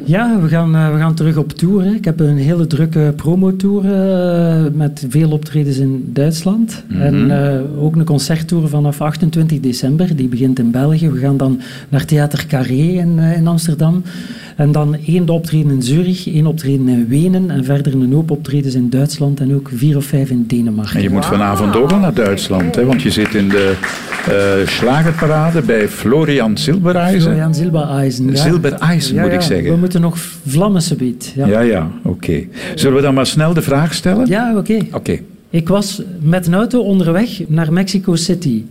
Ja, we gaan, eh, we gaan terug op tour. Hè. Ik heb een hele drukke promotour eh, met veel optredens in Duitsland. Mhm. En eh, ook een concerttour vanaf 28 december. Die begint in België. We gaan dan naar Theater Carré in, eh, in Amsterdam. En dan één optreden in Zurich, één optreden in Wenen. En verder een hoop optredens in Duitsland en ook vier of vijf in Denemarken. en je moet vanavond ook al naar Duitsland, hè? Want je zit in de eh, slagerparade bij Florian Silbereisen. Florian Silbereisen. Ja. Silbereisen, Ja, moet ja, ik zeggen. We moeten nog vlammen subiet. Ja, Ja, ja. ja, oké. Zullen we dan maar snel de vraag stellen? oké. Oké. Ik was met een auto onderweg naar Mexico City.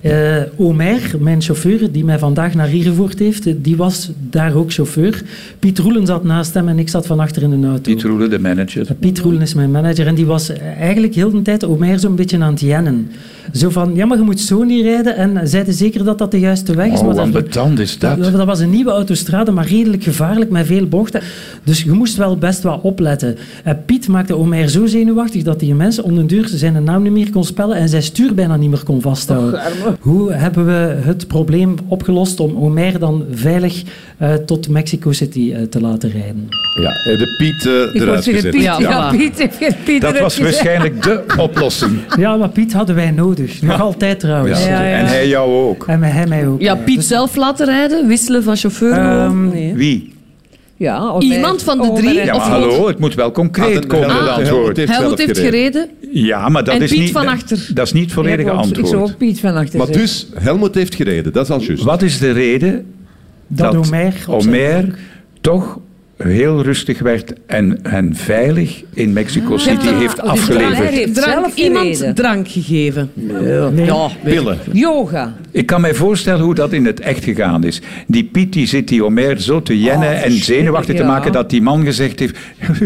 Eh, Omer, mijn chauffeur, die mij vandaag naar hier gevoerd heeft, eh, die was daar ook chauffeur. Piet Roelen zat naast hem en ik zat van achter in de auto. Piet Roelen, de manager. Piet Roelen is mijn manager en die was eigenlijk heel de tijd Omer zo'n beetje aan het jennen. Zo van, ja maar je moet zo niet rijden en zeiden zeker dat dat de juiste weg is. maar Oh, dat- ambetant is dat. dat, dat was een nieuwe autostrade, maar redelijk gevaarlijk met veel bochten. Dus je moest wel best wat opletten. En Piet maakte Omer zo zenuwachtig dat die mensen om den duur zijn naam niet meer kon spellen en zijn stuur bijna niet meer kon vasthouden. Hoe hebben we het probleem opgelost om Omer dan veilig eh, tot Mexico City eh, te laten rijden? Ja, eh, de Piet eh, Ik eruit word zeggen gezet. Piet, ja, Ja, voilà. Piet, ik heb Piet Dat eruit was gezet. waarschijnlijk de oplossing. Ja, maar Piet hadden wij nodig. Nog altijd trouwens. Ja, ja. En hij jou ook. En met hem mij ook. Ja, Piet zelf laten rijden, wisselen van chauffeur. gewoon? nee. Wie? Ja, Oh, of Iemand van de drie? Ja, Of maar gewoon- hallo, het moet wel concreet Ah, de- komen, ah, het de- antwoord. de- heeft Helmut zelf heeft gereden. Ja, maar dat En is Piet niet... van achter. Dat is niet het volledige Ik zou antwoord. ook Piet van achter Maar zetten. dus, Helmut heeft gereden, dat is al juist. Wat is de reden Dat Omer op zijn Omer toch heel rustig werd en, en veilig in Mexico City heeft dus daar afgeleverd? heeft zelf Drank, gereden. iemand drank gegeven. Ja, Pillen. dus- Yoga. Ik kan mij voorstellen hoe dat in het echt gegaan is. Die Piet die zit die Omer zo te jennen en zenuwachtig te ja. maken dat die man gezegd heeft...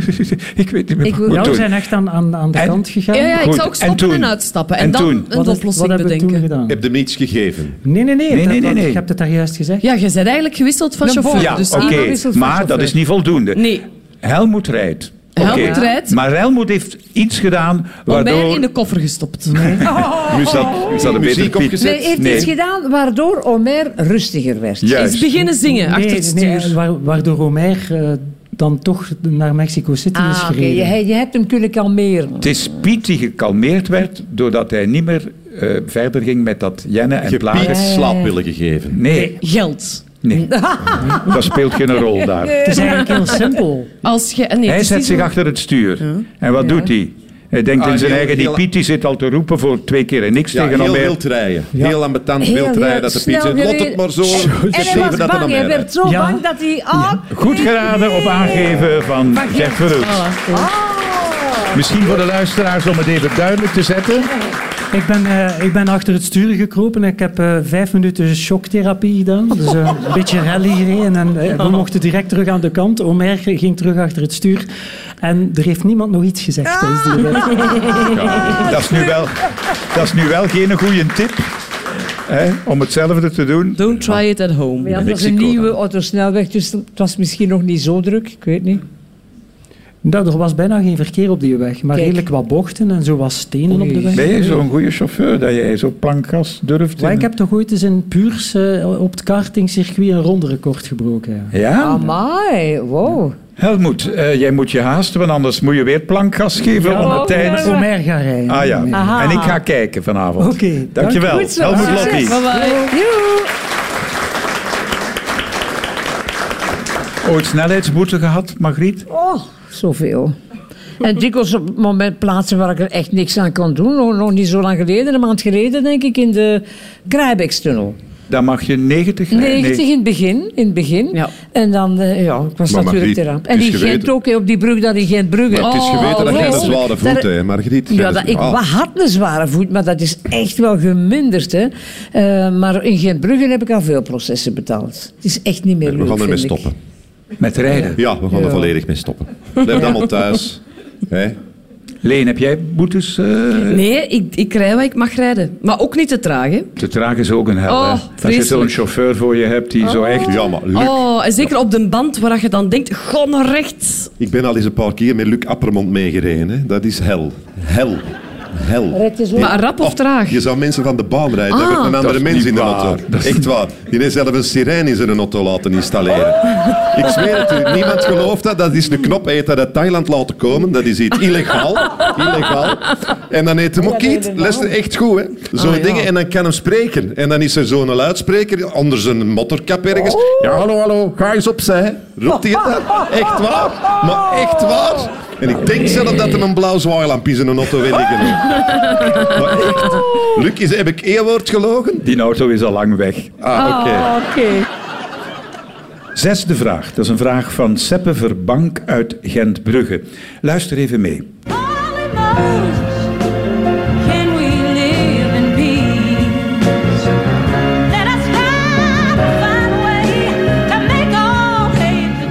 ik weet niet meer Ik wat wil- moet Ja, we doen." zijn echt aan, aan, aan de En- kant gegaan. ja, ja ik Goed, zou ook stoppen en en, toen? uitstappen. En, En dan toen? Wat een is- wat oplossing hebben we toen bedenken. gedaan? Je hebt hem niets gegeven. Nee, nee, nee. Nee, dat- nee, dat- nee. Ik heb het daar juist gezegd. Ja, je bent eigenlijk gewisseld van Een chauffeur. boom. Ja, dus oké, iemand- wisselt van maar dat chauffeur. is niet voldoende. Nee, Helmoet rijdt. Oké. Helmut rijdt. Maar Helmoet heeft iets gedaan waardoor... Omer in de koffer gestopt. Nu staat, nu staat een een beter muziek Piet. opgezet. Nee, heeft Nee. iets gedaan waardoor Omer rustiger werd. Is Juist. beginnen zingen achter Nee, het stuur. nee, waar- waardoor Omer eh, dan toch naar Mexico City is Ah, oké. gereden. Je, je hebt hem kunnen kalmeren. Het is Piet die gekalmeerd werd doordat hij niet meer eh, verder ging met dat jennen en Je hebt plagen. Piet slaappillen gegeven. Nee, Geld. nee. dat speelt geen rol daar. Het is eigenlijk heel simpel. Als je, nee, het Hij is zet niet zich zo- achter het stuur. En wat doet hij? Hij denkt Ah, in zijn heel- eigen... Die heel- Piet die zit al te roepen voor twee keer en niks Ja, tegen heel Omer. wild rijden. Heel ambetant Heel wild rijden. Dat de snel Piet zegt, lot het gereden. maar zo. En hij was dat bang. Hij werd zo Ja. bang dat hij... Ah, Goed geraden op aangeven van Jeff Verhoek. Ah. Misschien voor de luisteraars om het even duidelijk te zetten. Ik ben, eh, ik ben achter het stuur gekropen en ik heb eh, vijf minuten shocktherapie gedaan. Dus eh, een beetje rally gereden en eh, we mochten direct terug aan de kant. Omer ging terug achter het stuur en er heeft niemand nog iets gezegd. tijdens die rit. Dat is nu wel, dat is nu wel geen goede tip hè, om hetzelfde te doen. Don't try it at home. Ja, dat was een Mexico nieuwe dan. autosnelweg, dus het was misschien nog niet zo druk. Ik weet niet. Nou, er was bijna geen verkeer op die weg, maar Kijk. redelijk wat bochten en zo wat stenen op de weg. Ben je zo'n goede chauffeur dat jij zo plankgas durft? Maar in- ik heb toch ooit eens in Puurs eh, op het kartingcircuit een ronde-record gebroken. ja. Ah. Ja? Amai, wow. Helmoet, eh, jij moet je haasten, want anders moet je weer plankgas geven Ja, om de oh, tijd. ja. Omer gaan rijden. Ah ja, Aha. en ik ga kijken vanavond. Oké, dank- Dankjewel, Goed zo. Helmoet Succes. Lottie. Bye-bye. Joe. Ooit snelheidsboete gehad, Margriet? Oh, zoveel. En dikwijls op het moment plaatsen waar ik er echt niks aan kan doen. Nog, nog niet zo lang geleden, een maand geleden denk ik, in de Krijbekstunnel. Dan mag je 90 rijden. 90 in het begin. In het begin. Ja. En dan, eh, ja, ik was Maar natuurlijk Margriet, te ramp. En is die geweten- Gent ook, hè, op die brug, dat die Gentbrugge. Maar het is geweten dat jij een zware voet Oh, Daar- hebt, hè, Margriet. Ah, Ja, Dat dat, is ik normaal. had een zware voet, maar dat is echt wel geminderd. Hè. Eh, maar in Gentbrugge heb ik al veel processen betaald. Het is echt niet meer leuk, We gaan ermee vind ik. stoppen. Met rijden. Ja, we gaan er volledig mee stoppen. Blijf allemaal thuis. Hè? Leen, heb jij boetes? eh, Nee, ik, ik rij wat ik mag rijden. Maar ook niet te traag, hè. Te traag is ook een hel. Oh, hè? Als je vreselijk. zo'n chauffeur voor je hebt die zo echt... Ja, maar Luc, Oh, en zeker op de band waar je dan denkt, ga naar rechts. ik ben al eens een paar keer met Luc Appermond meegereden. Hè. Dat is hel. Hel. Hel. Red is Maar rap of Oh, traag? Je zou mensen van de baan rijden. Ah. Daar werd een andere is mens niet in de waar. auto. Echt waar. Die heeft zelf een sirene in zijn auto laten installeren. Ik zweer het u. Niemand gelooft dat. Dat is een knopeter uit Thailand laten komen. Dat is iets illegaal. illegaal. En dan heet hem ook iets. Luister, echt goed, hè. Zo'n Oh, ja. dingen. En dan kan hem spreken. En dan is er zo'n luidspreker onder zijn motorkap ergens. Oh. Ja, hallo, hallo. Ga eens opzij. Roept hij het dan? Echt waar. Maar echt waar. En ik denk zelf dat er een blauw zwaailampje is in een auto weet ik het niet. Maar echt. Luc, is, heb ik eerwoord gelogen? Die auto is al lang weg. Ah, oké. Zesde vraag. Dat is een vraag van Seppe Verbank uit Gentbrugge. Luister even mee. All in all, can we live in peace?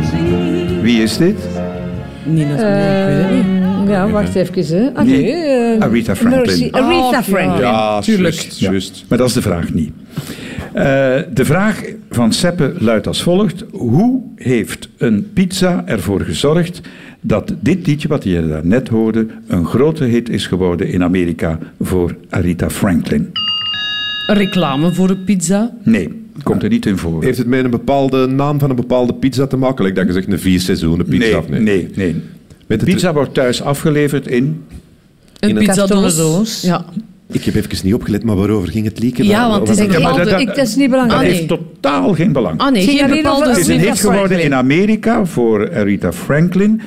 dit? Niet dat nee, ik weet het niet. Eh, Ja, wacht even. Hè. Ah, Nee. nee, eh, Aretha Franklin. Oh, Mercy. Aretha Ah, Franklin. Ja, tuurlijk. juist, Ja, juist. Maar dat is de vraag niet. Eh, de vraag van Seppe luidt als volgt. Hoe heeft een pizza ervoor gezorgd dat dit liedje, wat je daarnet hoorde, een grote hit is geworden in Amerika voor Arita Franklin? Een reclame voor een pizza. Nee, komt er niet in voor. Heeft het met een bepaalde naam van een bepaalde pizza te maken? Like dat je zegt een vier seizoenen pizza nee, of nee? nee, nee. Weet het- Pizza wordt thuis afgeleverd in... Een een pizzadoos. kartondoos. Ja. Ik heb even niet opgelet, maar waarover ging het lieken? ja, want het is Ja, een maar bepaalde... dat- dat- ik- is niet belangrijk. Ah, Dat nee. heeft totaal geen belang. Ah nee, Zie je geen dat niet bepaalde... over- Het is een hit Aretha geworden Franklin. in Amerika voor Rita Franklin.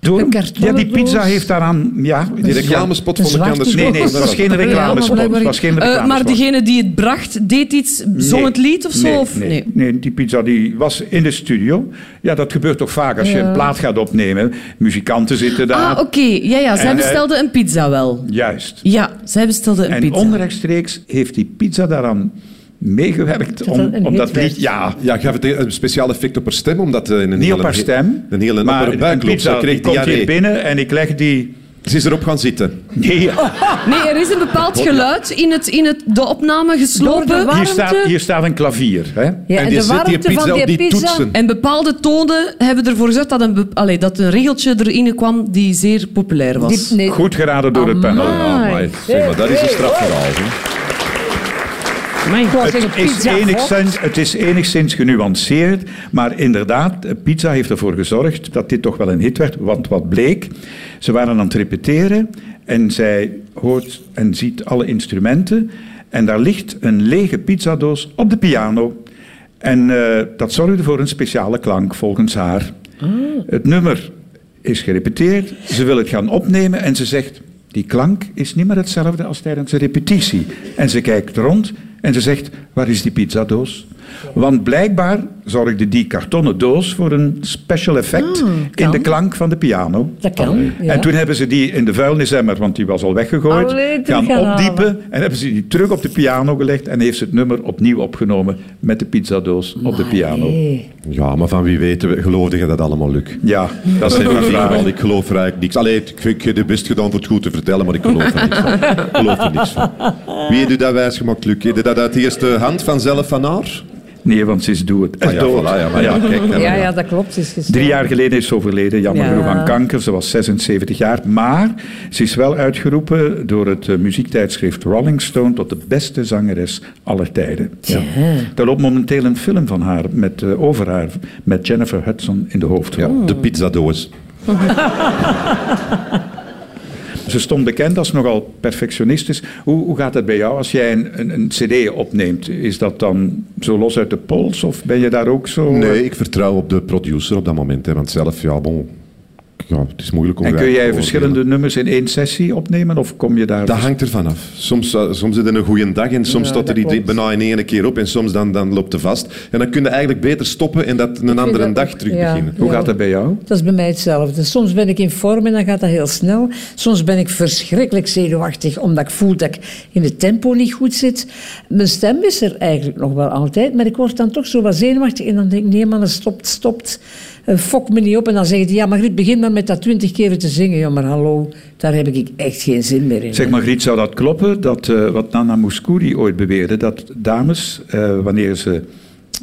Door, Een kartonnen ja, die pizza doos. heeft daaraan... Ja, Die is waar. reclamespot Een vond ik aan de zwarte Nee, nee, het was geen reclamespot. oh, Ja, maar Het was geen blijkbaar- Eh, reclamespot. maar degene die het bracht, deed iets, zong Nee. het lied of zo? Nee, of? nee, nee. die pizza die was in de studio. Ja, dat gebeurt toch vaak als je een plaat gaat opnemen. Muzikanten zitten daar. Ah, oké. Ja, ja, zij En, eh, bestelde een pizza wel. Juist. Ja, zij bestelde een En pizza. onrechtstreeks heeft die pizza daaraan meegewerkt. Dat dat om, een om hit dat werd. lied... Ja, Ja, gaf het een speciaal effect op haar stem, omdat eh, in een niet hele, op haar stem. Een hele maar nappere buik een loopt. Ze pizza kreeg die e- komt hier diarree. binnen en ik leg die... Ze is erop gaan zitten. Nee, Nee, er is een bepaald geluid in, het, in het, de opname Door de geslopen. wa- hier Warmte. staat, hier staat een klavier. Hè? Ja, en, die de zit warmte die pizza van op die die pizza. toetsen. En bepaalde tonen hebben ervoor gezorgd dat een, be- allee, dat een regeltje erin kwam die zeer populair was. Die- nee, Goed geraden door het panel. Ah, amai. Zeg maar, dat is een strafverhaal. hè. ik wou zeggen Het is, pizza, hoor. enigszins, het is enigszins genuanceerd, maar inderdaad, eh, pizza heeft ervoor gezorgd dat dit toch wel een hit werd. Want wat bleek, ze waren aan het repeteren en zij hoort en ziet alle instrumenten. En daar ligt een lege pizzadoos op de piano. En eh, dat zorgde voor een speciale klank volgens haar. Het nummer is gerepeteerd, ze wil het gaan opnemen en ze zegt... Die klank is niet meer hetzelfde als tijdens de repetitie. En ze kijkt rond en ze zegt, waar is die pizzadoos? Want blijkbaar zorgde die kartonnen doos voor een special effect in de klank van de piano. Hmm, Dat kan, ja. En toen hebben ze die in de vuilnisemmer, want die was al weggegooid, Allee, terug gaan gaan opdiepen. En hebben ze die terug op de piano gelegd en heeft ze het nummer opnieuw opgenomen met de pizzadoos op de piano. Ja, maar van wie weten we, geloofde je dat allemaal, Luc? Ja, dat Dat is is een een vraag. verhaal. Ik geloof er eigenlijk niks. Allee, ik vind je de best gedaan voor het goed te vertellen, maar ik geloof er niks van. Ik geloof er niks van. Wie heeft u dat wijsgemaakt, Luc? Heeft u dat uit de eerste hand vanzelf van haar? Nee, want ze is dood. Ah, ja, Dood. voilà, ja, maar ja, kijk, dan- Ja, ja, dat klopt. Is gestorven. Drie jaar geleden is ze overleden, jammer Ja. genoeg aan kanker. Ze was 76 jaar. Maar ze is wel uitgeroepen door het eh, muziektijdschrift Rolling Stone tot de beste zangeres aller tijden. Ja. Er loopt momenteel een film van haar met, eh, over haar met Jennifer Hudson in de hoofdrol. Ja, de pizzadoos. Ze stond bekend als nogal perfectionistisch. Hoe, hoe gaat dat bij jou als jij een, een, een CD opneemt? Is dat dan zo los uit de pols of ben je daar ook zo? eh, Nee, ik vertrouw op de producer op dat moment. Hè, want zelf, ja, bon, ja, het is moeilijk om... En kun daar te jij oordelen. verschillende nummers in één sessie opnemen of kom je daar? Dat hangt er vanaf. Soms, eh, soms zit er een goede dag en soms staat er die bijna in één keer op en soms dan, dan loopt het vast. En dan kun je eigenlijk beter stoppen en dat een andere dat dag ook, terug ja. beginnen. Hoe Ja. gaat dat bij jou? Dat is bij mij hetzelfde. Soms ben ik in vorm en dan gaat dat heel snel. Soms ben ik verschrikkelijk zenuwachtig omdat ik voel dat ik in het tempo niet goed zit. Mijn stem is er eigenlijk nog wel altijd, maar ik word dan toch zo wat zenuwachtig en dan denk ik, nee man, het stopt, stopt. Eh, Fok me niet op. En dan zeggen die, ja Margriet, begin maar met dat twintig keer te zingen. Ja, maar hallo, daar heb ik echt geen zin meer in. Zeg maar, Griet, zou dat kloppen dat eh, wat Nana Mouskouri ooit beweerde, dat dames, eh, wanneer ze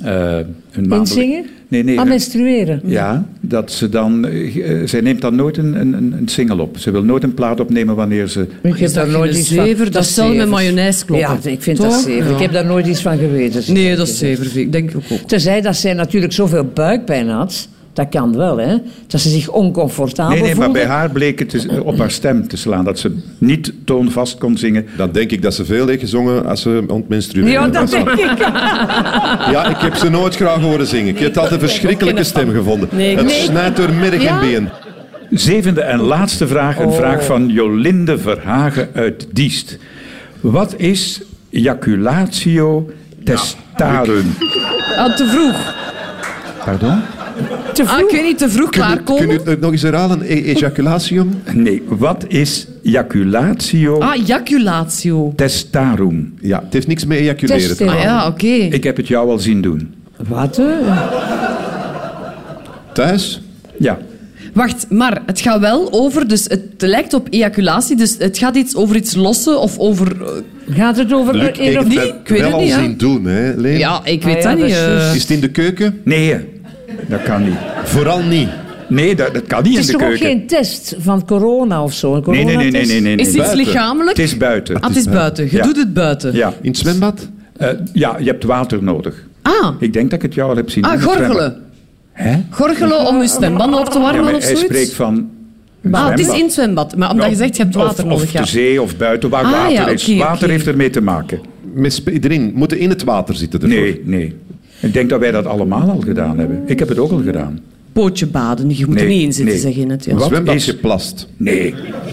eh, hun maandelijk... Inzingen? Nee, nee. Ah, menstrueren. ja, dat ze dan... eh, eh, zij neemt dan nooit een, een, een- een single op. Ze wil nooit een plaat opnemen wanneer ze... Ik heb Is daar dat nooit geen iets van... zever? Dat is zal met zevers. mayonaise kloppen. Ja, ik vind dat Toch? zever. Ja. Ik heb daar nooit iets van geweten. zeg Nee, ik dat is je. zever. vind ik. Denk ik ook. Terzij dat zij natuurlijk zoveel buikpijn had. Dat kan wel, hè. Dat ze zich oncomfortabel Nee, nee, maar voelde. bij haar bleek het te- op haar stem te slaan. Dat ze niet toonvast kon zingen. Dan denk ik dat ze veel heeft gezongen als ze ontmenstrueerde. Ja, dat denk ik. Ja, ik heb ze nooit graag horen zingen. Ik heb het altijd een verschrikkelijke stem gevonden. Nee, ik- het Nee, ik- snijdt door merg Ja. en been. Zevende en laatste vraag, een Oh. vraag van Jolinde Verhagen uit Diest. Wat is jaculatio testarum? Ah, te vroeg. Pardon? Te Ah, vroeg. ik weet niet, te vroeg klaarkomen. Kun je het nog eens herhalen? E- Ejaculatium? Nee, wat is jaculatio Ah, jaculatio. testarum? Ja, het heeft niks met ejaculeren te Testen. maken. Ah ja, oké. Ik heb het jou al zien doen. Wat, hè? Eh, Thuis? Ja. Wacht, maar het gaat wel over, dus het lijkt op ejaculatie, dus het gaat iets over iets lossen of over... eh, Gaat het over... Luc, een ik of heb niet? dat Ik weet wel het al niet, hè. zien doen, hè, Leen? ja, ik weet Ah ja, dat dat niet. is eh. juist. Is het in de keuken? Nee, dat kan niet. Vooral niet. Nee, dat, dat kan niet Het is in de toch ook keuken. geen test van corona of zo? Een Nee, nee, nee, nee, nee, nee. Is nee. het iets Buiten. lichamelijk? Het is buiten. Ah, het is buiten. Je Ja. doet het buiten. Ja. In het zwembad? Eh, ja, je hebt water nodig. Ah, Ik denk dat ik het jou al heb zien. doen, ah, het zwemmen. gorgelen. Hè? Gorgelen om je stembanden op te Ja, warmen maar of hij zoiets? spreekt van een Ah, het is zwembad. in het zwembad. Maar omdat je zegt, je hebt Of- water nodig. Of ja. de zee of buiten, waar Ah, water ja, is. oké, Water oké. heeft ermee te maken. Met sp- erin. Moeten in het water zitten ervoor. Nee, nee. Ik denk dat wij dat allemaal al gedaan hebben. Ik heb het ook al gedaan. Pootje baden. Je moet er Nee, niet in zitten, nee. zeg je het. Ja. Wat? Zwembad is- geplast. Nee,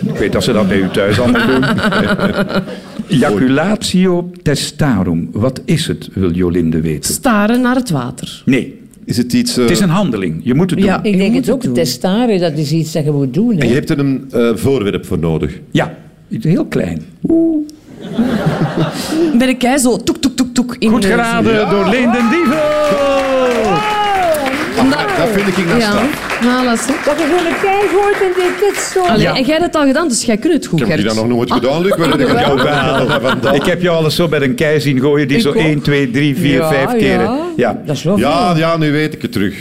ik weet dat ze dat bij u thuis allemaal doen. Jaculatio testarum. Wat is het, wil Jolinde weten? Staren naar het water. Nee, Is het iets... eh, het is een handeling. Je moet het doen. Ja. Ja, Ik Je denk moet het ook. het doen. Testaren, dat is iets dat je moet doen. hè. en je hebt er een eh, voorwerp voor nodig. iets heel klein. Ben ik jij zo toek, toek, toek, toek. In eh, Goed de- geraden door Linden Dievel. Omdat- Ah, dat vind ik naast Ja, staan. voilà, zo. Dat je gewoon kijk hoort en dit, dit zo. Allee, Ja. En jij hebt het al gedaan, dus jij kunt het goed, Ik heb die Gert. dan nog nooit gedaan, Luc. Waar heb ik het jou bij halen vandaan? Ik heb jou alles zo bij een kei zien gooien die Ik zo ook. 1, 2, 3, 4, Ja, 5 keren. Ja. Ja. dat is wel Ja, ja, nu weet ik het terug.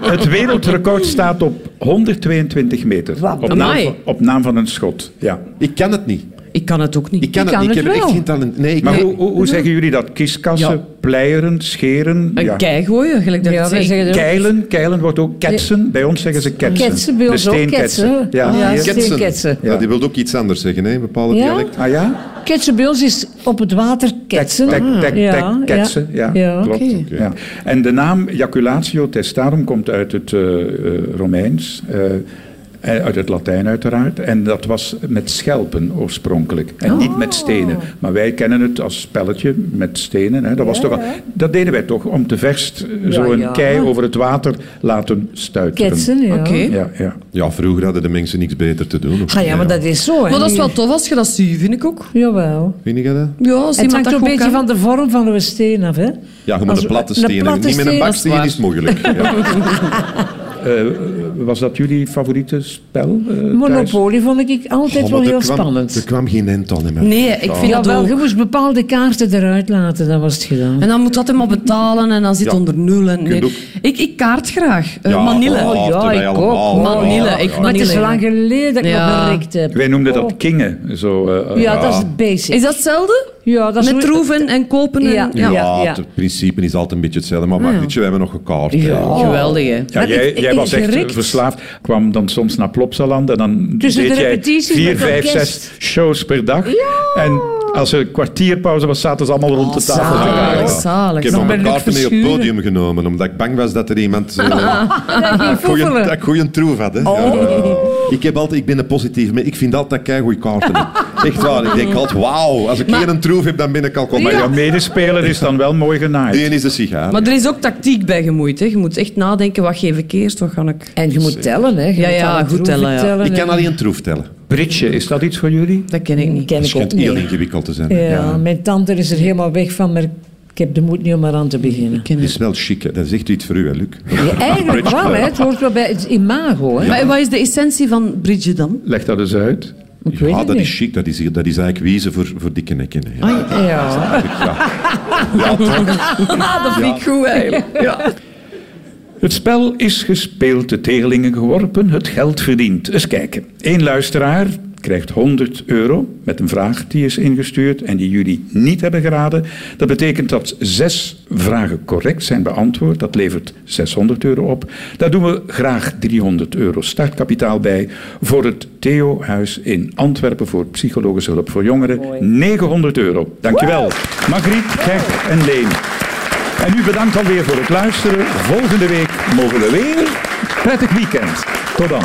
Het wereldrecord staat op 122 meter. Op naam, Amai. van- op naam van een schot. Ja. Ik kan het niet. Ik kan het ook niet. Ik kan, Ik het kan niet. Ik het heb er echt wel. geen talent. Nee, ik Maar nee. hoe, hoe, hoe zeggen jullie dat? Kiskassen, pleieren, scheren? Een Ja. kei gooien, gelijk dat Ja, ik wij zeg. zeggen dat ook. Keilen, keilen wordt ook ketsen. Bij ons zeggen ze ketsen. Ketsen bij De ons ook, steenketsen. ketsen. Ja. Ah, ja. hier. Ketsen. Ketsen. Ja, die wil ook iets anders zeggen, hè? Een bepaalde Ja? dialect. Ah ja? Ketsen bij ons is op het water ketsen. Ah, Tek, tek, tek, Ja, ketsen. Ja, Ja, klopt. oké. Ja. En de naam jaculatio testarum komt uit het eh, eh, Romeins. eh, eh, uit het Latijn uiteraard. En dat was met schelpen oorspronkelijk. En niet Oh. met stenen. Maar wij kennen het als spelletje met stenen. Hè. Dat, was toch al- dat deden wij toch, om te verst eh, zo een ja. kei over het water laten stuiteren. Ketsen, ja. Oké. Ja, ja. Ja, vroeger hadden de mensen niks beter te doen. of Ah, niet, ja, maar dat is zo. hè. Maar dat is wel tof als je dat ziet, vind ik ook. Jawel. Vind je dat? Ja, als Het iemand hangt ook dat goed een beetje kan. van de vorm van een steen af, hè? Ja, gewoon Als- een platte een steen. platte Niet met een steen, dat is baksteen is waar. het mogelijk. Ja. Was dat jullie favoriete spel? eh, thuis? Monopolie vond ik altijd Oh, maar wel er heel kwam- Er spannend. kwam geen end aan. Hè, maar. Nee, ik vind dat Jawel, ook. je moest bepaalde kaarten eruit laten, dan was het gedaan. En dan moet dat helemaal betalen en dan zit Ja. onder nul. En, nee. Kunt ook. ik, ik kaart graag. Eh, Ja, Manille. oh, ja, terwijl ik ook. allemaal. Manille, ik- ja. maar het is Vanille, lang ja. geleden dat ik Ja. nog gerikt heb. Wij noemden Oh. dat kingen. Zo, eh, eh, Ja, dat is het basic. Is dat hetzelfde? ja, dat is Met hoe- troeven en kopen. En, Ja. Ja, Ja, ja. het principe is altijd een beetje hetzelfde. Maar Margrietje, we hebben nog gekaart. hè. Ja, geweldig, hè? Ja, Maar jij, ik- jij ik- was echt eh, gerikt. verslaafd. Kwam dan soms naar Plopsaland en dan Tussen deed de jij repetities vier, met vijf, orkest. zes shows per dag. En als er kwartierpauze was, zaten ze allemaal rond de tafel. te zalig. Ja, praten. ja. zalig. Ik heb Dan nog mijn ben ik kaarten mee op het verschuren. podium genomen, omdat ik bang was dat er iemand eh, Geen goeie- voevelen. dat ik goeie troef had. Hè. Oh. Ja, ja. ik, heb altijd, ik ben een positief, maar ik vind altijd dat ik goede kaarten heb. Echt waar, ik denk altijd, wauw, als ik geen een troef heb, dan ben ik al kom. Maar Maar jouw ja, medespeler is dan wel mooi genaaid. die ene is de sigaar. Maar er is ook tactiek bij gemoeid. Hè. Je moet echt nadenken, wat geef ik eerst, wat ga ik... En je moet tellen, hè? Je Ja, moet ja, alle goed troeven tellen, ja. ik en- kan alleen een troef tellen. Britje, is dat iets voor jullie? Dat ken ik niet. ken Dat ik ook schijnt heel niet. ingewikkeld te zijn. Ja, Het mijn tante is er helemaal weg van, maar ik heb de moed niet om eraan te beginnen. is wel chic, hè. dat is echt iets voor u, hè, Luc. Ja, eigenlijk wel, hè? Het hoort wel bij het imago, hè? Maar wat is de essentie van Bridget dan? Leg dat eens uit. Ik weet Ja, het dat is niet. chic, dat is, dat is eigenlijk wiezen voor, voor dikke nekken. hè. Ja. Ja. Ja. Ja, toch. Ah, dat vind ik goed eigenlijk. Het spel is gespeeld, de tegelingen geworpen, het geld verdiend. Eens kijken. Eén luisteraar krijgt 100 euro met een vraag die is ingestuurd en die jullie niet hebben geraden. Dat betekent dat zes vragen correct zijn beantwoord. Dat levert 600 euro op. Daar doen we graag 300 euro startkapitaal bij voor het Theo-huis in Antwerpen voor psychologische hulp voor jongeren. 900 euro. Dankjewel. Margriet, Gert en Leen. En u bedankt alweer voor het luisteren. Volgende week mogen we weer. Prettig weekend. Tot dan.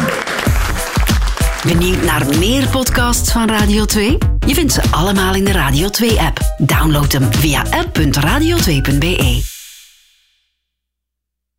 Benieuwd naar meer podcasts van Radio 2? Je vindt ze allemaal in de Radio 2-app. Download hem via app.radio2.be.